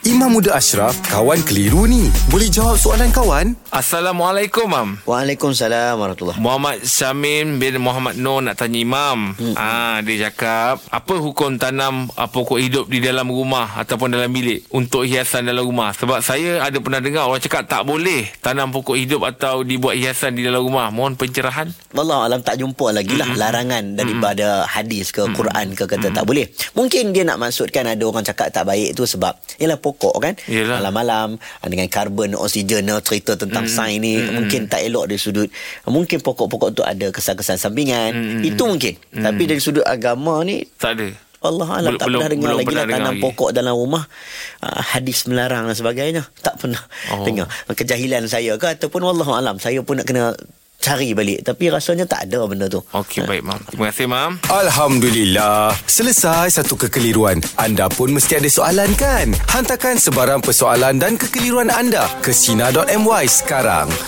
Imam Muda Ashraf, kawan keliru ni. Boleh jawab soalan kawan? Assalamualaikum, Mam. Waalaikumsalam warahmatullahi Muhammad Syamin bin Muhammad Noor nak tanya Imam. Hmm. Ah, dia cakap, apa hukum tanam ah, pokok hidup di dalam rumah ataupun dalam bilik untuk hiasan dalam rumah? Sebab saya ada pernah dengar orang cakap tak boleh tanam pokok hidup atau dibuat hiasan di dalam rumah. Mohon pencerahan. Wallah alam tak jumpa lagi lah larangan daripada hadis ke Quran ke kata tak boleh. Mungkin dia nak maksudkan ada orang cakap tak baik tu sebab ialah pokok kan. Yalah. Malam-malam ah, dengan karbon, oksigen ah, cerita tentang sains ni mungkin tak elok dari sudut mungkin pokok-pokok tu ada kesan-kesan sampingan. Itu mungkin. Tapi dari sudut agama ni Tak ada. Allah alam Belum- tak belum- pernah dengar belum lagi pernah lah dengar tanam lagi. pokok dalam rumah uh, hadis melarang dan sebagainya tak pernah Oh. oh. dengar kejahilan saya ke ataupun wallahu alam saya pun nak kena cari balik tapi rasanya tak ada benda tu Ah. Okey, baik, Mam. Terima kasih, Mam. Alhamdulillah. Selesai satu kekeliruan. Anda pun mesti ada soalan kan? Hantarkan sebarang persoalan dan kekeliruan anda ke Sina.my sekarang.